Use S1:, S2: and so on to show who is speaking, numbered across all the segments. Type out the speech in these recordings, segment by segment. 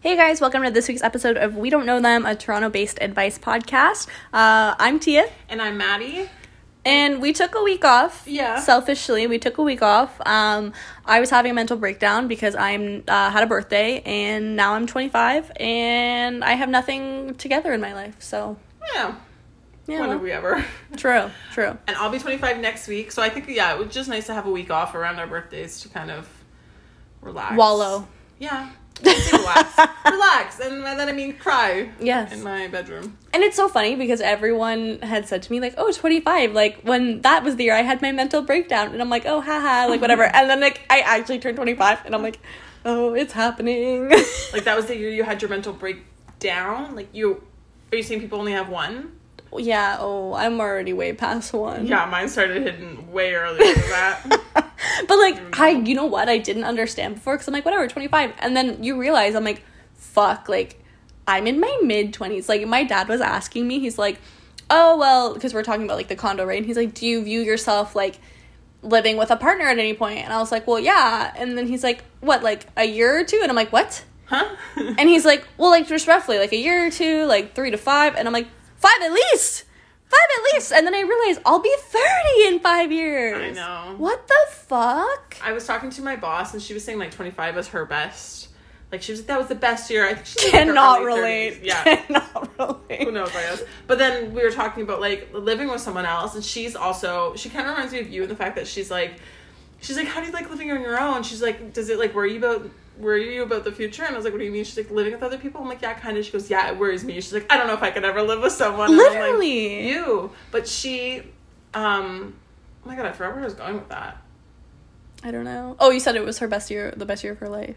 S1: Hey guys, welcome to this week's episode of We Don't Know Them, a Toronto based advice podcast. Uh, I'm Tia,
S2: And I'm Maddie.
S1: and we took a week off.
S2: Yeah.
S1: Selfishly, we took a week off. Um, I was having a mental breakdown because I'm uh, had a birthday, and now I'm 25, and I have nothing together in my life. So,
S2: Yeah.
S1: yeah.
S2: When
S1: well,
S2: did we ever?
S1: True, true.
S2: And I'll be 25 next week. So I think, yeah, it was just nice to have a week off around our birthdays to kind of relax.
S1: Wallow.
S2: Yeah. I say relax. relax. And by that I mean cry
S1: Yes.
S2: in my bedroom.
S1: And it's so funny because everyone had said to me, like, oh, 25. Like, when that was the year I had my mental breakdown. And I'm like, oh, haha, like, whatever. and then, like, I actually turned 25 and I'm like, oh, it's happening.
S2: Like that was the year you had your mental breakdown. Like you, are you saying people only have one?
S1: yeah, oh, I'm already way past one.
S2: Yeah, mine started hidden way earlier than that.
S1: But, like, I, you know what? I didn't understand before because I'm like, whatever, 25. And then you realize, I'm like, fuck, like, I'm in my mid 20s. Like, my dad was asking me, he's like, oh, well, because we're talking about, like, the condo, right? And he's like, do you view yourself, like, living with a partner at any point and i was like well yeah and then he's like what like a year or two and i'm like what
S2: huh?
S1: and he's like well like just roughly like a year or two like three to five and i'm like five at least five at least and then i realize i'll be 30 in five years
S2: I know.
S1: what the fuck
S2: I was talking to my boss and she was saying like 25 was her best. Like she was like that was the best year. I think she was, like, her
S1: cannot
S2: early
S1: relate
S2: 30s. Yeah.
S1: cannot relate
S2: Who knows? I guess. But then we were talking about like living with someone else, and she's also she kind of reminds me of you in the fact that she's like, she's like, how do you like living on your own? She's like, does it like worry you about worry you about the future? And I was like, what do you mean? She's like, living with other people. I'm like, yeah, kind of. She goes, yeah, it worries me. She's like, I don't know if I could ever live with someone. And I'm like,
S1: Literally.
S2: you. But she, um, oh my god, I forgot where I was going with that.
S1: i don't know oh you said it was her best year the best year of her life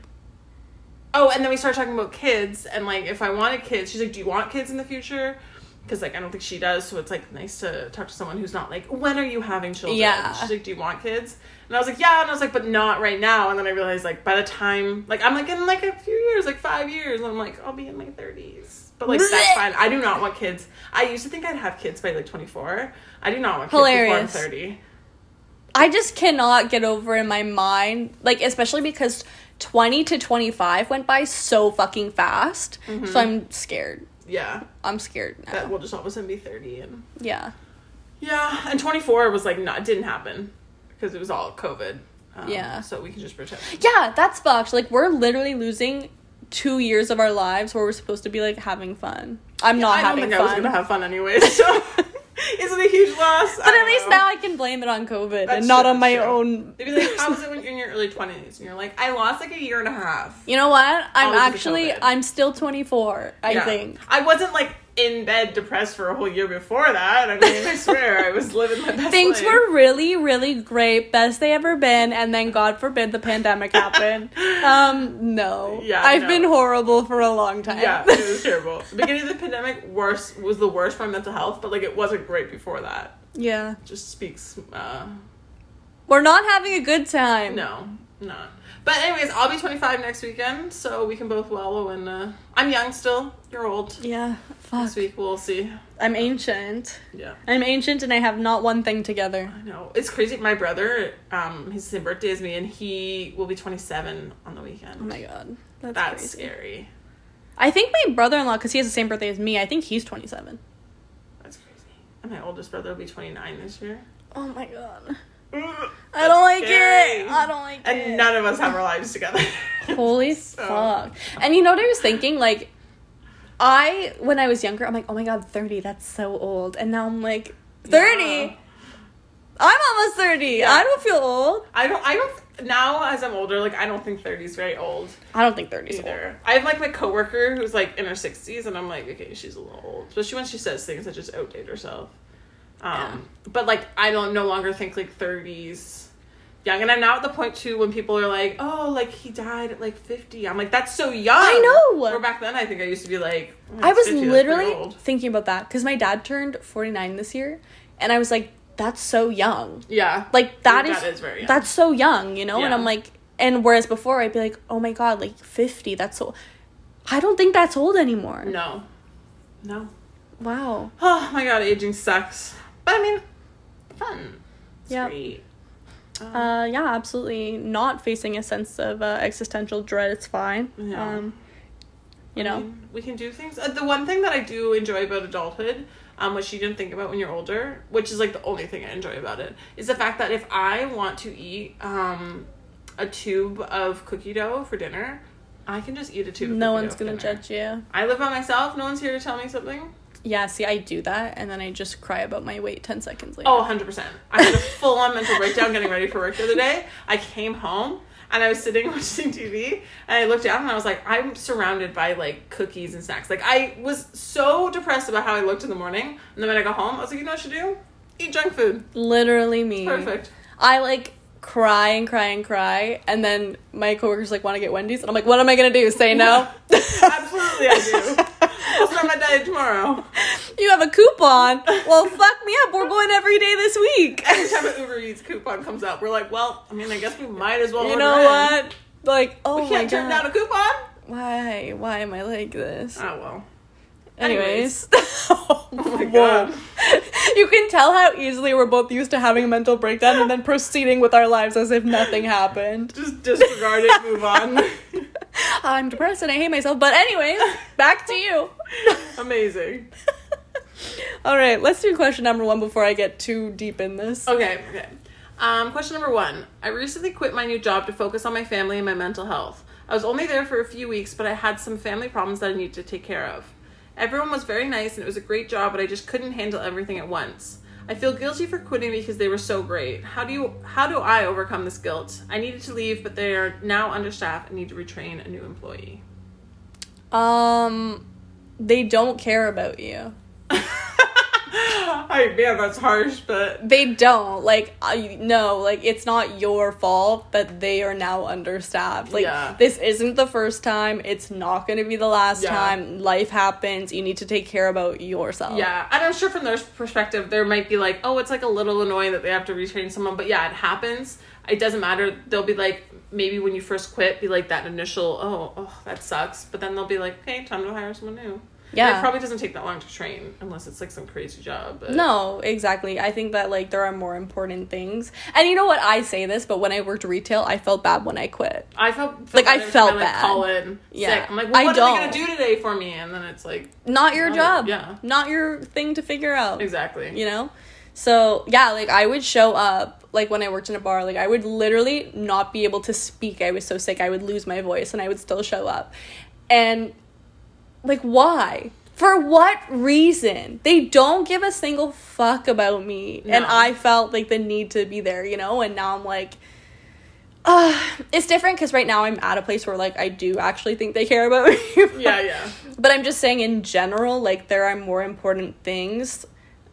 S2: Oh, and then we started talking about kids and like if I wanted kids, she's like, "Do you want kids in the future?" Because like I don't think she does, so it's like nice to talk to someone who's not like, "When are you having children?"
S1: Yeah.
S2: She's like, "Do you want kids?" And I was like, "Yeah," and I was like, "But not right now." And then I realized like by the time like I'm like in like a few years, like five years, and I'm like I'll be in my thirties. But like that's fine. I do not want kids. I used to think I'd have kids by like 24. I do not want kids before I'm
S1: Hilarious.
S2: 30.
S1: I just cannot get over in my mind, like especially because twenty to twenty five went by so fucking fast. So I'm scared.
S2: Yeah,
S1: I'm scared now.
S2: Mm-hmm. that will just all of a sudden be 30 and.
S1: yeah,
S2: Yeah, and 24 was like not didn't happen because it was all COVID. Um,
S1: Yeah.
S2: So we can just pretend.
S1: yeah, that's fucked. Like we're literally losing two years of our lives where we're supposed to be like having fun. I'm not
S2: I don't
S1: having
S2: think I
S1: fun.
S2: was gonna have fun anyway. So is it a huge loss?
S1: but at least now I can blame it on COVID and not on my own.
S2: They'd be like, "How was it when you're in your early 20s?" And you're like, "I lost like a year and a half."
S1: You know what? I'm
S2: Always with
S1: actually
S2: COVID.
S1: I'm still 24. I
S2: Yeah.
S1: think.
S2: I wasn't like in bed depressed for a whole year before that. I mean, I swear I was living my best
S1: Things
S2: life.
S1: were really, really great, best they ever been, and then God forbid the pandemic happened. Um, no,
S2: Yeah,
S1: I've
S2: no.
S1: been horrible for a long time.
S2: Yeah, it was terrible. The beginning of the pandemic worse was the worst for my mental health, but like it wasn't great before that.
S1: yeah,
S2: Just speaks uh
S1: we're not having a good time.
S2: No, not. But anyways, I'll be 25 next weekend, so we can both wallow in. Uh, I'm young still. You're old.
S1: Yeah, fuck.
S2: This week we'll see.
S1: I'm ancient.
S2: Yeah,
S1: I'm ancient, and I have not one thing together.
S2: I know. It's crazy. My brother, um, he's the same birthday as me, and he will be 27 on the weekend.
S1: Oh my god, that's,
S2: That's
S1: crazy.
S2: scary.
S1: I think my brother-in-law, because he has the same birthday as me, I think he's 27.
S2: That's crazy. And my oldest brother will be 29 this year.
S1: Oh my god,
S2: Ugh,
S1: I don't like
S2: scary.
S1: it. I don't like it.
S2: And none of us have our lives together.
S1: Holy fuck. And you know what I was thinking? Like, I, when I was younger, I'm like, oh my god, 30, that's so old. And now I'm like, 30?
S2: Yeah.
S1: I'm almost 30.
S2: Yeah.
S1: I don't feel old.
S2: I don't. I don't. Now as I'm older, like I don't think 30 is very old.
S1: I don't think 30 is old.
S2: either. I have like my coworker who's like in her sixties, and I'm like, okay, she's a little old, especially when she says things that just outdate herself. Um,
S1: Yeah.
S2: But like, I don't no longer think like thirties young, and I'm now at the point too when people are like, oh, like he died at like fifty. I'm like, that's so young.
S1: I know!
S2: Or back then, I think I used to be like, oh,
S1: I
S2: it's
S1: was
S2: 50, that's pretty
S1: literally
S2: old.
S1: thinking about that because my dad turned 49 this year. And I was like, that's so young.
S2: yeah,
S1: Like, that is,
S2: that is very young.
S1: that's so young, you know? And
S2: Yeah.
S1: I'm like, and whereas before I'd be like, oh my god, like 50, that's so. I don't think that's old anymore.
S2: no, no.
S1: Wow.
S2: Oh my god, aging sucks. But I mean, fun. It's
S1: Yeah.
S2: great. Um,
S1: Uh, yeah, absolutely. Not facing a sense of uh, existential dread, it's fine.
S2: Yeah.
S1: Um, You
S2: I
S1: know?
S2: mean, we can do things. Uh, the one thing that I do enjoy about adulthood, um, which you didn't think about when you're older, which is like the only thing I enjoy about it, is the fact that if I want to eat um, a tube of cookie dough for dinner, I can just eat a tube. Of
S1: no
S2: cookie
S1: one's
S2: dough for
S1: gonna
S2: dinner.
S1: judge you.
S2: I live by myself. No one's here to tell me something.
S1: Yeah, see, I do that, and then I just cry about my weight 10 seconds later.
S2: Oh, 100%. I had a full on mental breakdown getting ready for work the other day. I came home and I was sitting watching TV and I looked down and I was like, I'm surrounded by like cookies and snacks. Like, I was so depressed about how I looked in the morning. And then when I got home, I was like, you know what I should do? Eat junk food.
S1: Literally me.
S2: Perfect.
S1: I like cry and cry and cry, and then my coworkers like want to get Wendy's, and I'm like, what am I gonna do? Say no?
S2: Absolutely, I do. I'll start my diet tomorrow.
S1: you have a coupon. Well, fuck me up. We're going every day this week.
S2: Every time an Uber Eats coupon comes up, we're like, well, I mean, I guess we might as well.
S1: you
S2: order
S1: know
S2: in.
S1: what? Like, oh
S2: We
S1: my
S2: can't
S1: god,
S2: turn down a coupon.
S1: why? Why am I like this?
S2: Oh well.
S1: Anyways,
S2: anyways.
S1: oh
S2: my God.
S1: you can tell how easily we're both used to having a mental breakdown and then proceeding with our lives as if nothing happened.
S2: Just disregard it. Move on.
S1: I'm depressed and I hate myself. But anyways, back to you.
S2: Amazing.
S1: All right, let's do question number one before I get too deep in this.
S2: Okay, okay. Um, question number one. I recently quit my new job to focus on my family and my mental health. I was only there for a few weeks, but I had some family problems that I needed to take care of. Everyone was very nice and it was a great job, but I just couldn't handle everything at once. I feel guilty for quitting because they were so great. How do you how do I overcome this guilt? I needed to leave, but they are now understaffed and need to retrain a new employee.
S1: Um, they don't care about you.
S2: I man, that's harsh, but
S1: They don't like. I no, like it's not your fault that they are now understaffed. Like
S2: Yeah.
S1: this isn't the first time. It's not going to be the last
S2: Yeah.
S1: time. Life happens. You need to take care about yourself.
S2: Yeah, and I'm sure from their perspective, there might be like, oh, it's like a little annoying that they have to retrain someone, but yeah, it happens. It doesn't matter. They'll be like, maybe when you first quit, be like that initial, oh, oh, that sucks, but then they'll be like, okay, time to hire someone new. And
S1: Yeah.
S2: it probably doesn't take that long to train unless it's like some crazy job. But
S1: No, exactly. I think that like there are more important things. And you know what? I say this, but when I worked retail, I felt bad when I quit.
S2: I felt,
S1: Like, I
S2: every time
S1: felt
S2: like,
S1: bad.
S2: Call in
S1: Yeah.
S2: sick. I'm like,
S1: I
S2: well, what are they gonna
S1: don't.
S2: do today for me? And then it's like,
S1: Not your
S2: Not your-
S1: job.
S2: yeah.
S1: Not your thing to figure out.
S2: exactly.
S1: you know so yeah like i would show up like when i worked in a bar like i would literally not be able to speak i was so sick i would lose my voice and i would still show up and like why for what reason they don't give a single fuck about me and
S2: No.
S1: i felt like the need to be there you know and now i'm like uh, it's different because right now i'm at a place where like i do actually think they care about me
S2: Yeah, yeah.
S1: but I'm just saying in general, like there are more important things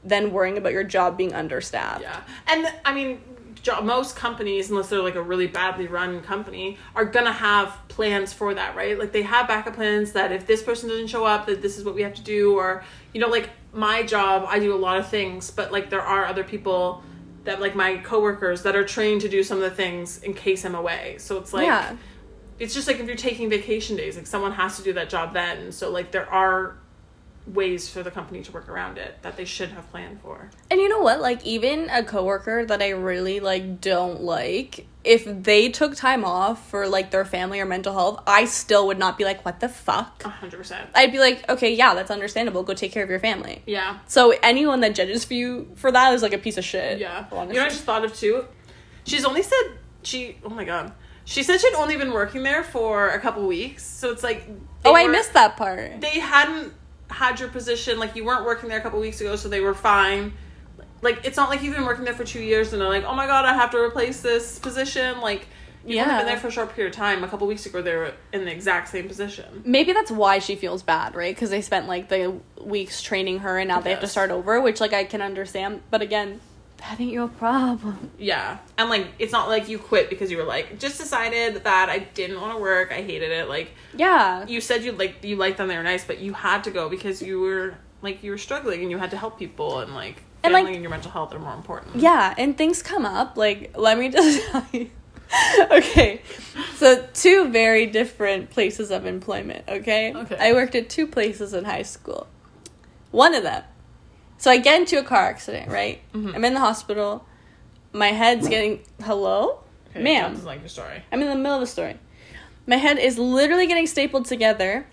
S1: than worrying about your job being understaffed.
S2: Yeah, and I mean, jo- most companies, unless they're like a really badly run company, are gonna have plans for that, right? Like they have backup plans that if this person doesn't show up, that this is what we have to do, or you know, like my job, I do a lot of things, but like there are other people that like my coworkers that are trained to do some of the things in case I'm away. So it's like
S1: Yeah.
S2: it's just like if you're taking vacation days, like someone has to do that job then. So like there are ways for the company to work around it that they should have planned for.
S1: And you know what? Like even a coworker that I really like don't like, if they took time off for like their family or mental health, I still would not be like, what the fuck?
S2: 100%.
S1: I'd be like, okay, yeah, that's understandable. Go take care of your family.
S2: Yeah.
S1: So anyone that judges for you for that is like a piece of shit.
S2: Yeah.
S1: honestly.
S2: You know, what I just thought of too. She's only said she. Oh my god. She said she'd only been working there for a couple weeks, so it's like. they
S1: oh, I
S2: were-
S1: missed that part.
S2: They hadn't had your position. Like you weren't working there a couple weeks ago, so they were fine. Like it's not like you've been working there for two years and they're like, oh my god, I have to replace this position. Like you've only
S1: Yeah.
S2: been there for a short period of time. A couple weeks ago, they were in the exact same position.
S1: maybe that's why she feels bad, right? Because they spent like the weeks training her, and now they have to
S2: Yes.
S1: start over, which like I can understand. But again, that ain't your problem.
S2: Yeah, and like it's not like you quit because you were like just decided that I didn't want to work. I hated it. Like
S1: Yeah,
S2: you said you like you liked them they were nice but you had to go because you were like you were struggling and you had to help people and like
S1: And,
S2: family
S1: like-
S2: and your mental health are more important
S1: yeah, and things come up. Like, let me just tell you. okay, so two very different places of employment. Okay,
S2: Okay.
S1: I worked at two places in high school. One of them. So I get into a car accident, right?
S2: Mm-hmm.
S1: I'm in the hospital. My head's getting hello, ma'am.
S2: is like your story
S1: I'm in the middle of the story. My head is literally getting stapled together.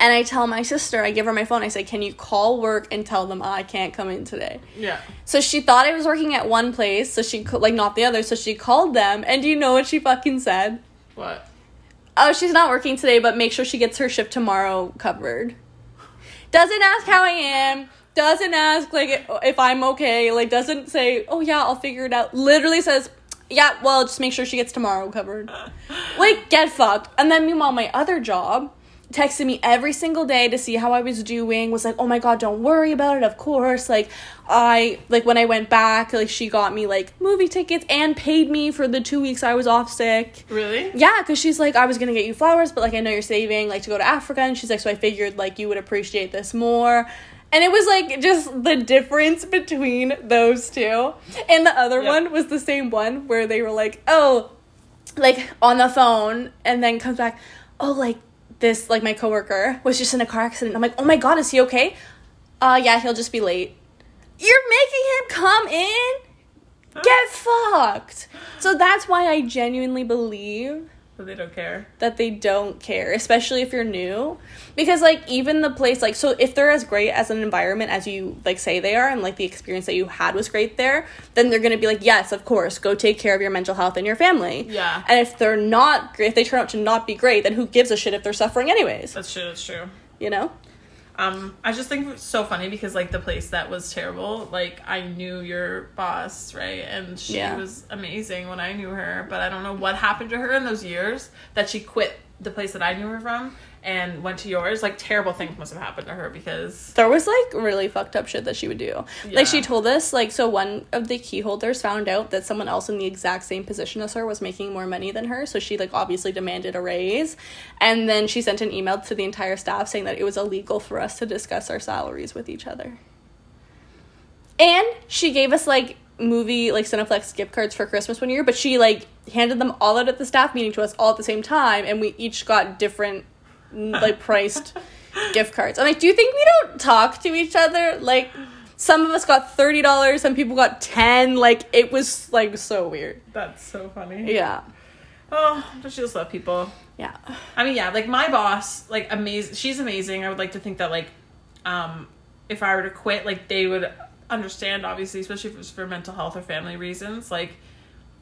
S1: And I tell my sister, I give her my phone. I say, "Can you call work and tell them I can't come in today?"
S2: Yeah.
S1: So she thought I was working at one place, so she co- like not the other. So she called them, and do you know what she fucking said?
S2: What?
S1: Oh, she's not working today, but make sure she gets her shift tomorrow covered. Doesn't ask how I am. Doesn't ask like if I'm okay. Like doesn't say, "Oh yeah, I'll figure it out." Literally says, "Yeah, well, just make sure she gets tomorrow covered." like get fucked. And then meanwhile, my other job texted me every single day to see how I was doing. Was like, "Oh my god, don't worry about it. Of course." Like I like when I went back, like she got me like movie tickets and paid me for the 2 weeks I was off sick.
S2: Really?
S1: Yeah, because she's like, I was gonna get you flowers, but like I know you're saving like to go to Africa, and she's like, so I figured like you would appreciate this more. And it was like just the difference between those two. And the other
S2: Yeah.
S1: one was the same one where they were like, oh, like on the phone, and then comes back, oh, like this, like my coworker was just in a car accident. I'm like, oh my god, is he okay? Uh, yeah, he'll just be late. You're making him come in? Get fucked! So that's why I genuinely believe
S2: But they don't care.
S1: that they don't care, especially if you're new. Because like even the place like so if they're as great as an environment as you like say they are and like the experience that you had was great there, then they're gonna be like, Yes, of course, go take care of your mental health and your family.
S2: Yeah.
S1: And if they're not great if they turn out to not be great, then who gives a shit if they're suffering anyways?
S2: That's true. That's true.
S1: You know?
S2: Um, I just think it's so funny because like the place that was terrible, like I knew your boss, right? And she
S1: Yeah.
S2: was amazing when I knew her, but I don't know what happened to her in those years that she quit the place that I knew her from and went to yours. Like terrible things must have happened to her because
S1: There was like really fucked up shit that she would do.
S2: Yeah.
S1: Like she told us, like so one of the key holders found out that someone else in the exact same position as her was making more money than her, so she like obviously demanded a raise. And then she sent an email to the entire staff saying that it was illegal for us to discuss our salaries with each other. And she gave us like movie like Cineplex gift cards for Christmas one year, but she like handed them all out at the staff meeting to us all at the same time, and we each got different like priced gift cards. I'm like, do you think we don't talk to each other? Like, some of us got thirty dollars, some people got ten. Like, it was like so weird.
S2: that's so funny.
S1: Yeah,
S2: Oh, don't you just love people?
S1: yeah,
S2: I mean, yeah, like my boss, like amazing. She's amazing. I would like to think that like, um, if I were to quit, like they would understand, obviously, especially if it was for mental health or family reasons. Like,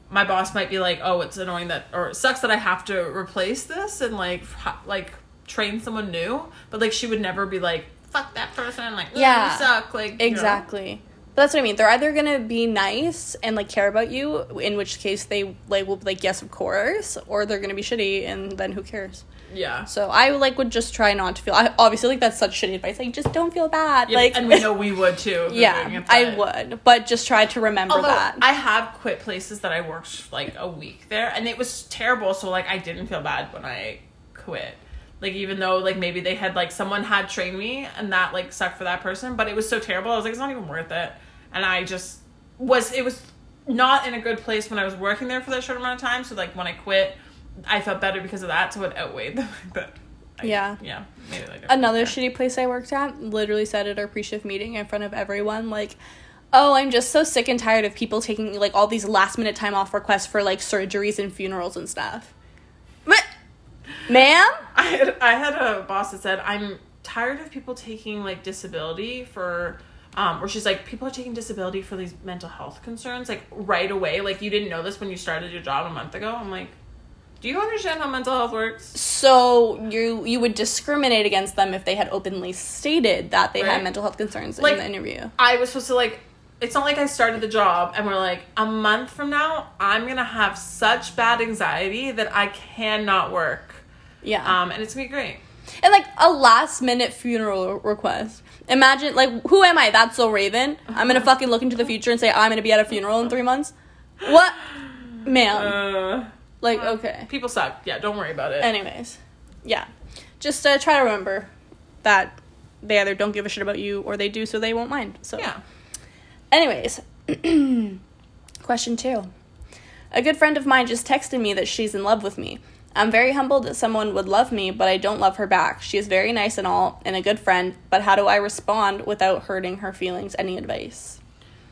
S2: my boss might be like, "Oh, it's annoying that, or it sucks that I have to replace this and like, ha- like train someone new." But like, she would never be like, "Fuck that person," like, "Yeah,
S1: Yeah.
S2: you suck," like you know?
S1: exactly. But that's what I mean. They're either gonna be nice and like care about you, in which case they like will be like yes, of course, or they're gonna be shitty, and then who cares?
S2: Yeah.
S1: So I like would just try not to feel. I obviously like that's such shitty advice. Like just don't feel bad.
S2: Yeah,
S1: like
S2: and we know we would too. if we were doing
S1: yeah,
S2: it,
S1: I
S2: but-
S1: would, but just try to remember
S2: Although
S1: that.
S2: I have quit places that I worked like a week there, and it was terrible. So like I didn't feel bad when I quit. Like even though like maybe they had like someone had trained me, and that like sucked for that person, but it was so terrible. I was like, it's not even worth it. And I just was it was not in a good place when I was working there for that short amount of time. So like when I quit, I felt better because of that. So it outweighed the fact that. I-
S1: Yeah.
S2: Yeah. Maybe like
S1: another shitty place I worked at literally said at our pre-shift meeting in front of everyone like oh I'm just so sick and tired of people taking like all these last minute time off requests for like surgeries and funerals and stuff. But ma'am,
S2: I had, I had a boss that said, I'm tired of people taking like disability for, um, or she's like, people are taking disability for these mental health concerns, like right away. Like, you didn't know this when you started your job a month ago. I'm like, do you understand how mental health works?
S1: so you you would discriminate against them if they had openly stated that they
S2: Right.
S1: had mental health concerns
S2: Like-
S1: in the interview.
S2: I was supposed to like, it's not like I started the job and we're like, a month from now, I'm gonna have such bad anxiety that I cannot work.
S1: Yeah.
S2: Um, and it's gonna be great.
S1: And like a last minute funeral request. Imagine like who am I? That's so Raven. I'm gonna fucking look into the future and say I'm gonna be at a funeral in three months. What, ma'am?
S2: Uh,
S1: like okay.
S2: people suck. Yeah, don't worry about it.
S1: Anyways, yeah. Just uh, try to remember that they either don't give a shit about you or they do, so they won't mind. So
S2: yeah.
S1: Anyways, question two. A good friend of mine just texted me that she's in love with me. I'm very humbled that someone would love me, but I don't love her back. She is very nice and all, and a good friend, but how do I respond without hurting her feelings? Any advice?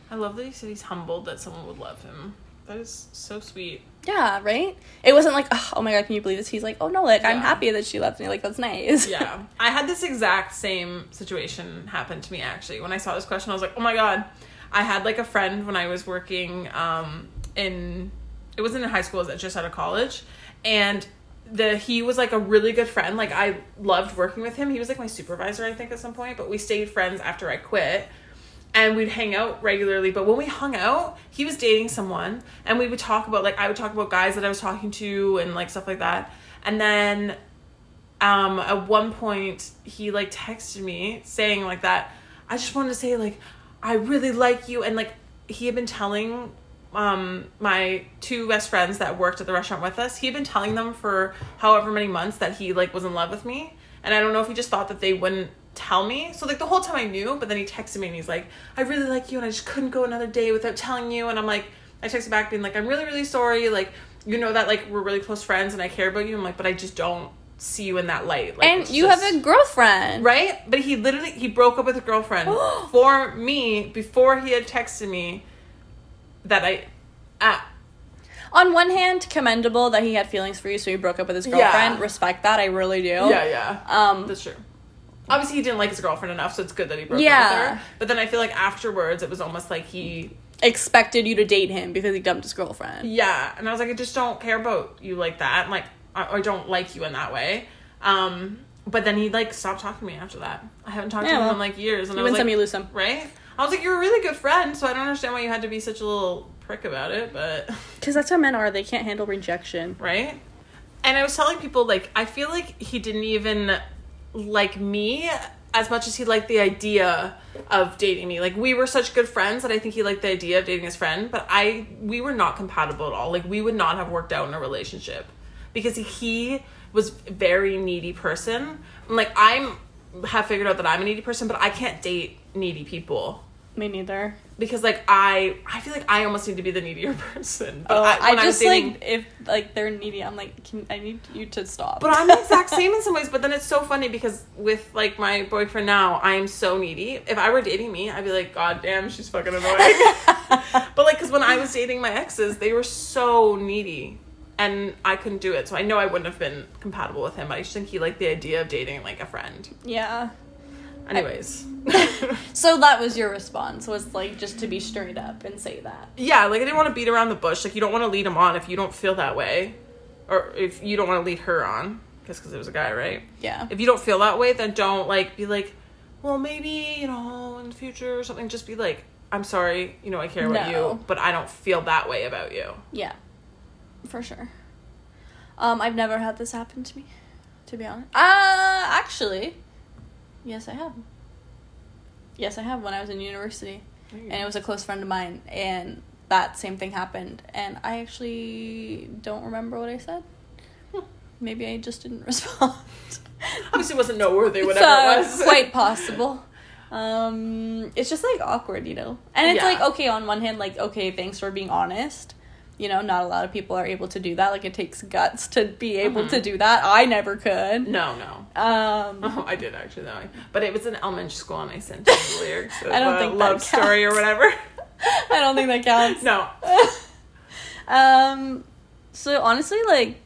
S2: I love that he said he's humbled that someone would love him. That is so sweet.
S1: Yeah, right? It wasn't like, "Ugh, oh my god, can you believe this? He's like, oh no, like, I'm
S2: Yeah.
S1: happy that she left me. Like, that's nice.
S2: Yeah. I had this exact same situation happen to me actually. When I saw this question, I was like, oh my God. I had like a friend when I was working um, in, it wasn't in high school, it was just out of college. And the he was like a really good friend. Like I loved working with him. He was like my supervisor, I think, at some point, but we stayed friends after I quit. And we'd hang out regularly, but when we hung out, he was dating someone, and we would talk about like I would talk about guys that I was talking to and like stuff like that. And then um at one point he like texted me saying like that i just wanted to say like i really like you and like he had been telling um my two best friends that worked at the restaurant with us he had been telling them for however many months that he like was in love with me and i don't know if he just thought that they wouldn't tell me so like the whole time i knew but then he texted me and he's like i really like you and i just couldn't go another day without telling you and i'm like i texted back being like i'm really really sorry like you know that like we're really close friends and i care about you i'm like but i just don't see you in that light like
S1: And
S2: it's
S1: you
S2: just-
S1: have a girlfriend.
S2: right but he literally he broke up with a girlfriend for me before he had texted me that i ah,
S1: On one hand, commendable that he had feelings for you, so he broke up with his
S2: Yeah.
S1: girlfriend. Respect that. I really do.
S2: yeah yeah
S1: Um,
S2: oh, That's true. Obviously, he didn't like his girlfriend enough, so it's good that he broke up
S1: Yeah.
S2: with her. But then I feel like afterwards, it was almost like he,
S1: expected you to date him because he dumped his girlfriend.
S2: yeah. And I was like, I just don't care about you like that. I'm like, I, I don't like you in that way. Um, but then he like stopped talking to me after that. I haven't talked
S1: Yeah,
S2: to him
S1: well,
S2: in like years, and I
S1: You
S2: was
S1: win
S2: like,
S1: some, you lose some.
S2: right? I was like, you're a really good friend, so I don't understand why you had to be such a little prick about it. But
S1: Because that's how men are. They can't handle rejection.
S2: right? And I was telling people like I feel like he didn't even like me as much as he liked the idea of dating me. Like we were such good friends that I think he liked the idea of dating his friend, but I we were not compatible at all. Like we would not have worked out in a relationship because he was a very needy person. And, Like I'm have figured out that I'm a needy person, but I can't date needy people
S1: Me neither.
S2: because like I I feel like I almost need to be the needier person. But
S1: Oh, I,
S2: when was
S1: just
S2: dating-
S1: like if like they're needy. I'm like, can, I need you to stop.
S2: But I'm the exact same in some ways. But then it's so funny because with like my boyfriend now, I am so needy. If I were dating me, I'd be like, God damn, she's fucking annoying. but like, because when I was dating my exes, they were so needy, and I couldn't do it. So I know I wouldn't have been compatible with him. I just think he liked the idea of dating like a friend.
S1: yeah.
S2: Anyways,
S1: So that was your response was like just to be straight up and say that.
S2: yeah, like I didn't want to beat around the bush. Like you don't want to lead him on if you don't feel that way, or if you don't want to lead her on, just because it was a guy, right?
S1: Yeah.
S2: if you don't feel that way, then don't like be like, well, maybe you know in the future or something. Just be like, I'm sorry, you know, I care about
S1: No.
S2: you, but I don't feel that way about you.
S1: Yeah. For sure. Um, I've never had this happen to me, to be honest. Uh, actually, yes, I have. Yes, I have when I was in university. and it was a close friend of mine and that same thing happened and i actually don't remember what i said
S2: Hmm.
S1: maybe i just didn't respond
S2: Obviously, it wasn't noteworthy. Whatever
S1: so
S2: it was,
S1: quite possible um it's just like awkward you know and it's
S2: Yeah.
S1: like okay on one hand like okay thanks for being honest you know not a lot of people are able to do that like it takes guts to be able
S2: Mhm.
S1: to do that i never could
S2: No, no.
S1: um
S2: Oh, I did actually though. But it was in elementary school, and I sent you the lyrics. of,
S1: I don't
S2: uh,
S1: think that
S2: love story or
S1: counts.
S2: whatever.
S1: i don't think that counts
S2: no,
S1: um so honestly like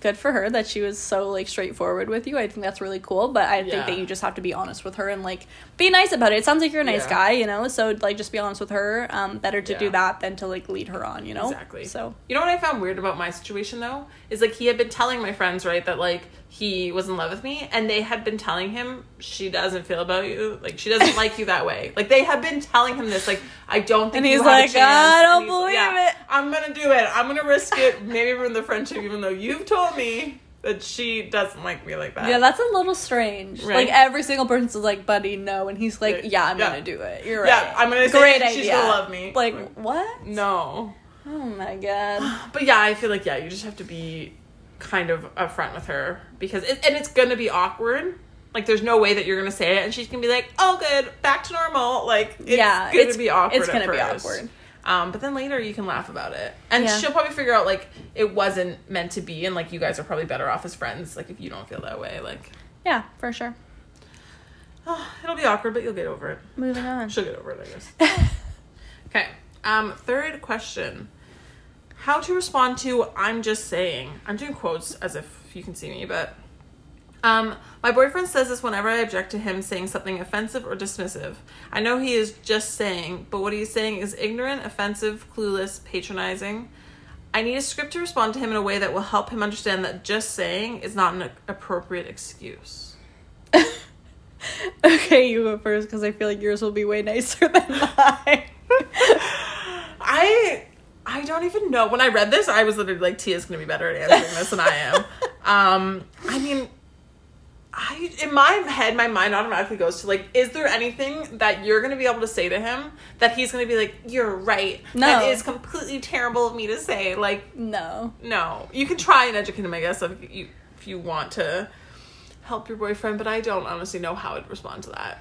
S1: good for her that she was so like straightforward with you i think that's really cool but i
S2: Yeah.
S1: think that you just have to be honest with her and like be nice about it it sounds like you're a nice
S2: Yeah.
S1: guy you know so like just be honest with her um better to
S2: Yeah.
S1: do that than to like lead her on you know
S2: Exactly.
S1: so
S2: You know what I found weird about my situation though is like he had been telling my friends right that like he was in love with me, and they had been telling him she doesn't feel about you, like she doesn't like you that way. Like they had been telling him this, like I don't
S1: And
S2: think. you
S1: he's
S2: have a
S1: like,
S2: chance."
S1: "I
S2: And
S1: don't
S2: he's-
S1: believe it."
S2: I'm gonna do it. I'm gonna risk it. Maybe ruin the friendship, even though you've told me that she doesn't like me like that.
S1: yeah that's a little strange
S2: Right.
S1: like every single person's like buddy no and he's like
S2: Yeah.
S1: yeah i'm
S2: Yeah.
S1: gonna do it you're right
S2: Yeah, I'm gonna say
S1: great
S2: that
S1: idea
S2: she's gonna love me.
S1: like
S2: Like-
S1: what
S2: no.
S1: oh my god
S2: But yeah, I feel like yeah, you just have to be kind of upfront with her because it, and it's gonna be awkward. Like there's no way that you're gonna say it, and she's gonna be like, "Oh, good, back to normal." Like it's
S1: Yeah,
S2: gonna
S1: it's-
S2: be awkward.
S1: it's
S2: at
S1: gonna be
S2: first.
S1: awkward.
S2: Um, but then later you can laugh about it, and
S1: Yeah.
S2: she'll probably figure out like it wasn't meant to be, and like you guys are probably better off as friends. Like if you don't feel that way, like
S1: yeah for sure
S2: oh, it'll be awkward, but you'll get over it.
S1: moving on
S2: She'll get over it, I guess. okay. Um, third question. How to respond to I'm just saying. I'm doing quotes as if you can see me, but um, my boyfriend says this whenever I object to him saying something offensive or dismissive. I know he is just saying, but what he's saying is ignorant, offensive, clueless, patronizing. I need a script to respond to him in a way that will help him understand that just saying is not an appropriate excuse.
S1: okay, you go first because I feel like yours will be way nicer than mine.
S2: I I don't even know. When I read this, I was literally like, Tia's gonna be better at answering this than I am. Um, I mean, I in my head, my mind automatically goes to like, is there anything that you're gonna be able to say to him that he's gonna be like, you're right. That
S1: No.
S2: is completely terrible of me to say. Like,
S1: no.
S2: no, you can try and educate him, I guess, if you if you want to help your boyfriend. But I don't honestly know how I'd respond to that.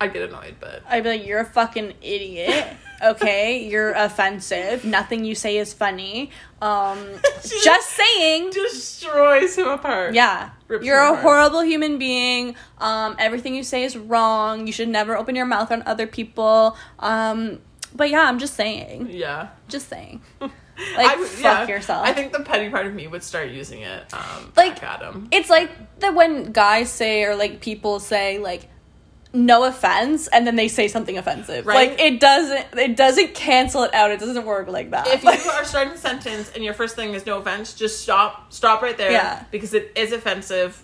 S2: I'd get annoyed, but
S1: I'd be like, you're a fucking idiot. Okay, you're offensive. Nothing you say is funny. Um,
S2: She
S1: just saying.
S2: destroys him apart.
S1: Yeah.
S2: Rips
S1: You're
S2: me
S1: a
S2: apart.
S1: horrible human being. Um, everything you say is wrong. You should never open your mouth on other people. Um, but yeah, I'm just saying.
S2: Yeah.
S1: Just saying.
S2: I
S1: Like,
S2: would-
S1: fuck
S2: yeah.
S1: yourself.
S2: I think the petty part of me would start using it. Um,
S1: Like-
S2: back at him.
S1: It's like that when guys say or like people say like no offense and then they say something offensive.
S2: Right.
S1: Like it doesn't it doesn't cancel it out. It doesn't work like that.
S2: If
S1: Like-
S2: you are starting a sentence and your first thing is no offense, just stop. Stop right there.
S1: Yeah.
S2: Because it is offensive.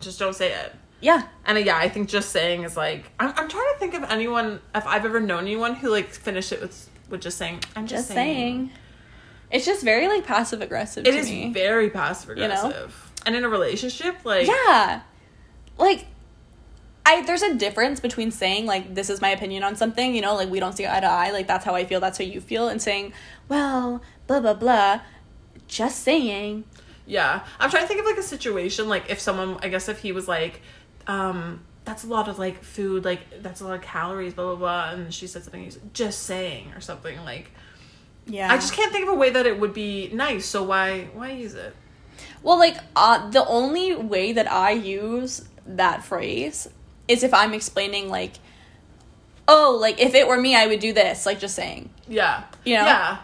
S2: Just don't say it.
S1: yeah.
S2: And uh, yeah, I think just saying is like I'm, I'm trying to think of anyone if I've ever known anyone who like finished it with with just saying I'm just,
S1: Just saying. It's just very like passive aggressive
S2: It
S1: to
S2: is
S1: me.
S2: very passive
S1: You know?
S2: aggressive. And in a relationship, like
S1: yeah. Like I there's a difference between saying like this is my opinion on something, you know, like we don't see eye to eye, like that's how I feel, that's how you feel, and saying, Well, blah blah blah. Just saying.
S2: Yeah. I'm trying to think of like a situation like if someone I guess if he was like, um, that's a lot of like food, like that's a lot of calories, blah blah blah, and she said something he's just saying or something like
S1: Yeah.
S2: I just can't think of a way that it would be nice, so why why use it?
S1: Well, like uh, the only way that I use that phrase is if I'm explaining like, oh, like if it were me, I would do this. Like just saying,
S2: Yeah.
S1: You know?
S2: Yeah.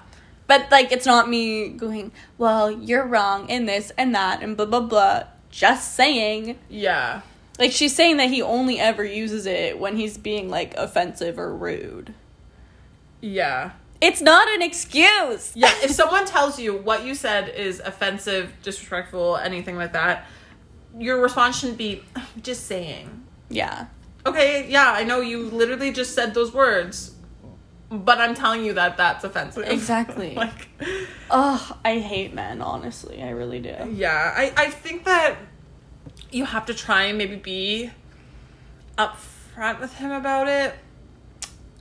S1: but like it's not me going. Well, you're wrong in this and that and blah blah blah. Just saying.
S2: Yeah.
S1: Like she's saying that he only ever uses it when he's being like offensive or rude.
S2: Yeah.
S1: It's not an excuse.
S2: Yeah, if someone tells you what you said is offensive, disrespectful, anything like that, your response shouldn't be just saying.
S1: Yeah.
S2: Okay, yeah, I know you literally just said those words, but I'm telling you that that's offensive.
S1: Exactly.
S2: like,
S1: Oh, I hate men. Honestly, I really do.
S2: yeah, I, I think that you have to try and maybe be upfront with him about it.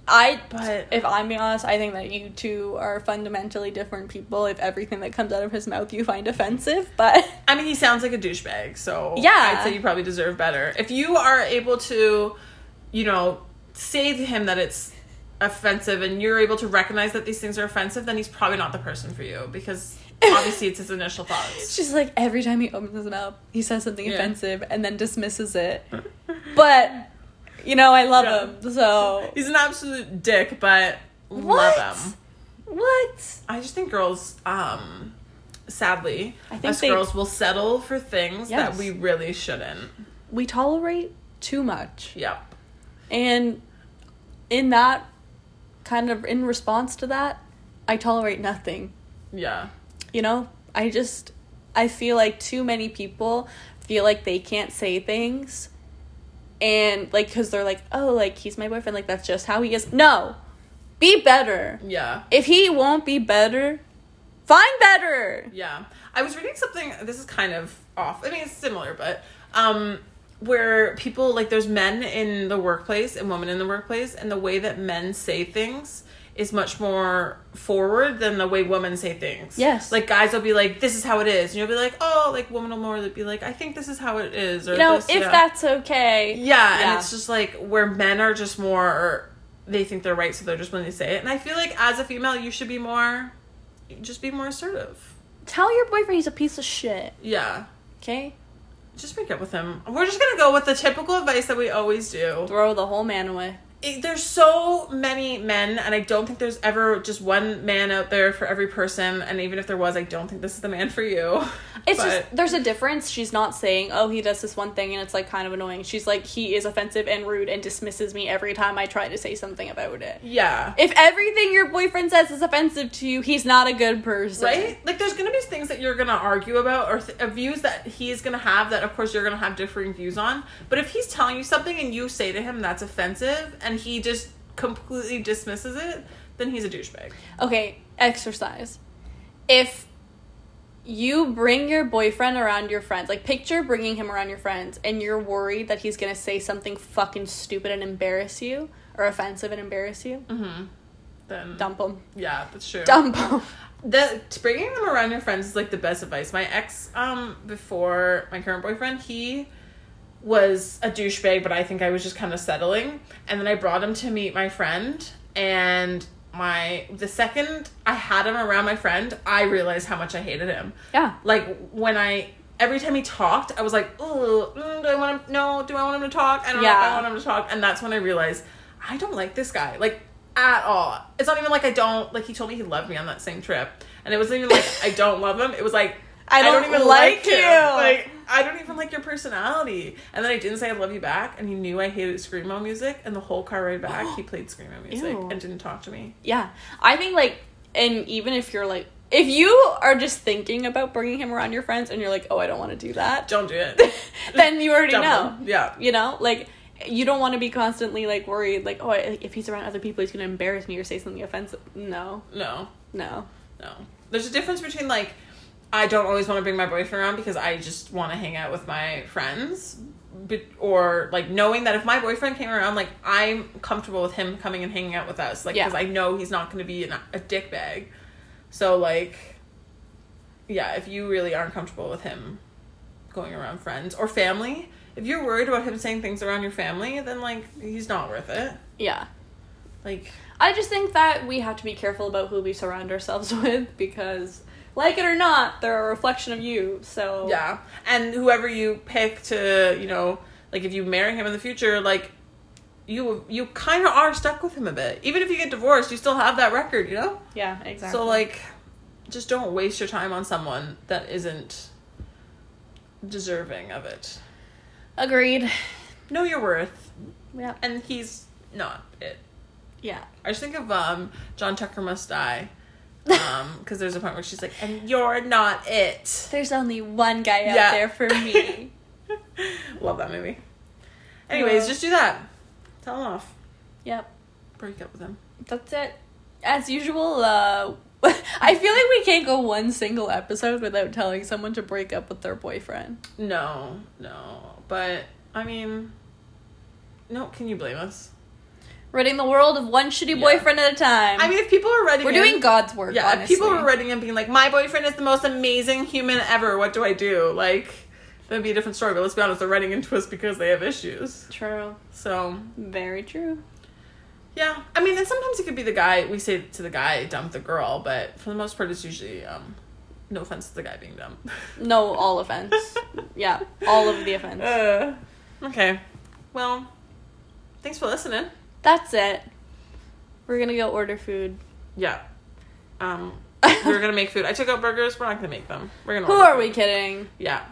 S1: I
S2: But-
S1: if I'm being honest, I think that you two are fundamentally different people if everything that comes out of his mouth you find offensive, but
S2: I mean, he sounds like a douchebag, so
S1: Yeah.
S2: I'd say you probably deserve better. If you are able to, you know, say to him that it's offensive and you're able to recognize that these things are offensive, then he's probably not the person for you because obviously it's his initial thoughts.
S1: she's like every time he opens his mouth, he says something
S2: Yeah.
S1: offensive and then dismisses it. But you know, I love
S2: Yeah.
S1: him. So
S2: He's an absolute dick, but
S1: What?
S2: love him.
S1: what?
S2: I just think girls, um, sadly,
S1: I think
S2: us
S1: they-
S2: girls will settle for things that
S1: Yes.
S2: we really shouldn't.
S1: We tolerate too much.
S2: Yep.
S1: And in that kind of in response to that, I tolerate nothing.
S2: Yeah.
S1: you know i just i feel like too many people feel like they can't say things and like because they're like oh like he's my boyfriend like that's just how he is no be better
S2: Yeah.
S1: if he won't be better find better
S2: Yeah. I was reading something this is kind of off. I mean it's similar, but um where people like there's men in the workplace and women in the workplace and the way that men say things is much more forward than the way women say things.
S1: Yes.
S2: Like guys will be like, This is how it is and you'll be like, Oh, like women will more be like, I think this is how it is or
S1: you know
S2: this,
S1: if
S2: yeah.
S1: that's okay
S2: Yeah,
S1: Yeah.
S2: and it's just like where men are just more they think they're right so they're just willing to say it. And I feel like as a female you should be more just be more assertive.
S1: tell your boyfriend he's a piece of shit
S2: Yeah.
S1: okay
S2: Just break up with him. We're just gonna go with the typical advice that we always do.
S1: throw the whole man away
S2: it- there's so many men, and I don't think there's ever just one man out there for every person. And even if there was, I don't think this is the man for you.
S1: It's
S2: But-
S1: just there's a difference. She's not saying, "Oh, he does this one thing and it's like kind of annoying." She's like, "He is offensive and rude and dismisses me every time I try to say something about it."
S2: yeah.
S1: If everything your boyfriend says is offensive to you, he's not a good person.
S2: Right? Like, there's going to be things that you're going to argue about or th- uh, views that he's going to have that, of course, you're going to have differing views on. But if he's telling you something and you say to him that's offensive and he just completely dismisses it, then he's a douchebag.
S1: Okay, exercise. If you bring your boyfriend around your friends, like picture bringing him around your friends, and you're worried that he's gonna say something fucking stupid and embarrass you or offensive and embarrass you,
S2: Mm-hmm. Then,
S1: dump him.
S2: yeah, that's true.
S1: Dump him.
S2: the bringing them around your friends is like the best advice. My ex, um, before my current boyfriend, he was a douchebag, but I think I was just kind of settling. And then I brought him to meet my friend, and my the second I had him around my friend, I realized how much I hated him.
S1: Yeah.
S2: Like when I every time he talked, I was like, "Ooh, mm, do I want him? No, do I want him to talk? I don't know if
S1: Yeah.
S2: I want him to talk." And that's when I realized I don't like this guy like at all. It's not even like I don't like. He told me he loved me on that same trip, and it wasn't even like I don't love him. It was like
S1: I don't like you.
S2: Like I don't even like your personality. And then I didn't say I love you back, and he knew I hated screamo music. And the whole car ride back, he played screamo music
S1: Ew.
S2: and didn't talk to me.
S1: Yeah. I think like and even if you're like if you are just thinking about bringing him around your friends and you're like, "Oh, I don't want to do that."
S2: Don't do it.
S1: then you already
S2: Dump
S1: know.
S2: him. Yeah.
S1: You know, like you don't want to be constantly like worried, like oh, I- if he's around other people, he's gonna embarrass me or say something offensive. No,
S2: No.
S1: no.
S2: No. There's a difference between like I don't always want to bring my boyfriend around because I just want to hang out with my friends but, or like knowing that if my boyfriend came around like I'm comfortable with him coming and hanging out with us like
S1: Yeah.
S2: cuz I know he's not going to be an, a dick bag. So like yeah, if you really aren't comfortable with him going around friends or family, if you're worried about him saying things around your family, then like he's not worth it.
S1: Yeah,
S2: Like
S1: I just think that we have to be careful about who we surround ourselves with because, like it or not, they're a reflection of you. So
S2: Yeah. And whoever you pick to, you know, like if you marry him in the future, like you you kind of are stuck with him a bit. Even if you get divorced, you still have that record, you know?
S1: yeah, exactly.
S2: So like just don't waste your time on someone that isn't deserving of it.
S1: agreed.
S2: Know your worth,
S1: Yeah,
S2: and he's not it.
S1: yeah.
S2: I just think of um John Tucker Must Die. Um, because there's a point where she's like, and you're not it.
S1: There's only one guy out
S2: Yeah.
S1: there for me.
S2: Love that movie. Anyways,
S1: Yeah.
S2: just do that. Tell him off.
S1: yep.
S2: Break up with him.
S1: That's it. As usual, uh, I feel like we can't go one single episode without telling someone to break up with their boyfriend.
S2: No, no. But I mean, no. Can you blame us?
S1: Ridding the world of one shitty
S2: Yeah.
S1: boyfriend at a time.
S2: I mean, if people are writing,
S1: we're
S2: in-
S1: doing God's work,
S2: Yeah, if
S1: honestly.
S2: people are writing and being like, "My boyfriend is the most amazing human ever." What do I do? Like, that'd be a different story. But let's be honest, they're writing into us because they have issues.
S1: True.
S2: So
S1: Very true.
S2: yeah, I mean, and sometimes it could be the guy. We say to the guy, "Dump the girl," but for the most part, it's usually um, no offense to the guy being dumb.
S1: No, all offense. yeah, all of the offense.
S2: Uh, okay. Well, thanks for listening.
S1: That's it. We're gonna go order food.
S2: Yeah. Um, we're gonna make food. I took out burgers. We're not gonna make them. We're gonna.
S1: Who
S2: order
S1: are we
S2: food.
S1: kidding?
S2: Yeah.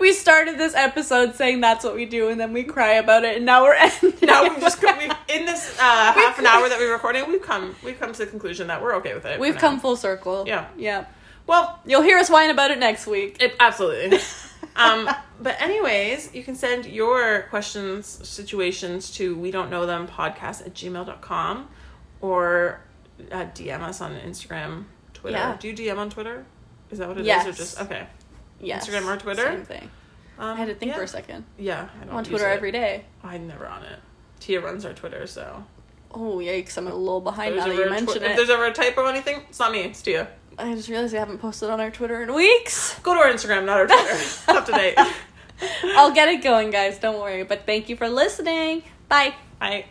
S1: we started this episode saying that's what we do, and then we cry about it, and now we're ending.
S2: Now we've
S1: it.
S2: just come, we've, in this uh, half an hour that we're recording, we've come we've come to the conclusion that we're okay with it.
S1: We've
S2: for now.
S1: come full circle.
S2: Yeah.
S1: Yeah.
S2: Well,
S1: You'll hear us whine about it next week.
S2: it, absolutely. um, but anyways, you can send your questions, situations to we don't know them podcast at gmail.com or uh, DM us on Instagram, Twitter.
S1: Yeah.
S2: Do you DM on Twitter? Is that what it is,
S1: Yes.
S2: Or just okay.
S1: Yes.
S2: Instagram or Twitter?
S1: Same thing. I
S2: Um,
S1: had to think
S2: yeah.
S1: for a second.
S2: Yeah, I don't
S1: I'm on
S2: use
S1: Twitter
S2: it.
S1: every day.
S2: I'm never on it. Tia runs our Twitter, so
S1: Oh yikes! I'm a little
S2: if
S1: behind
S2: there's
S1: now that
S2: ever
S1: you
S2: a twi-
S1: mention
S2: if
S1: it.
S2: there's ever a typo or anything, it's not me, it's Tia.
S1: I just realized I haven't posted on our Twitter in weeks.
S2: Go to our Instagram, not our Twitter. It's up to date.
S1: I'll get it going, guys. Don't worry. But thank you for listening. Bye.
S2: Bye.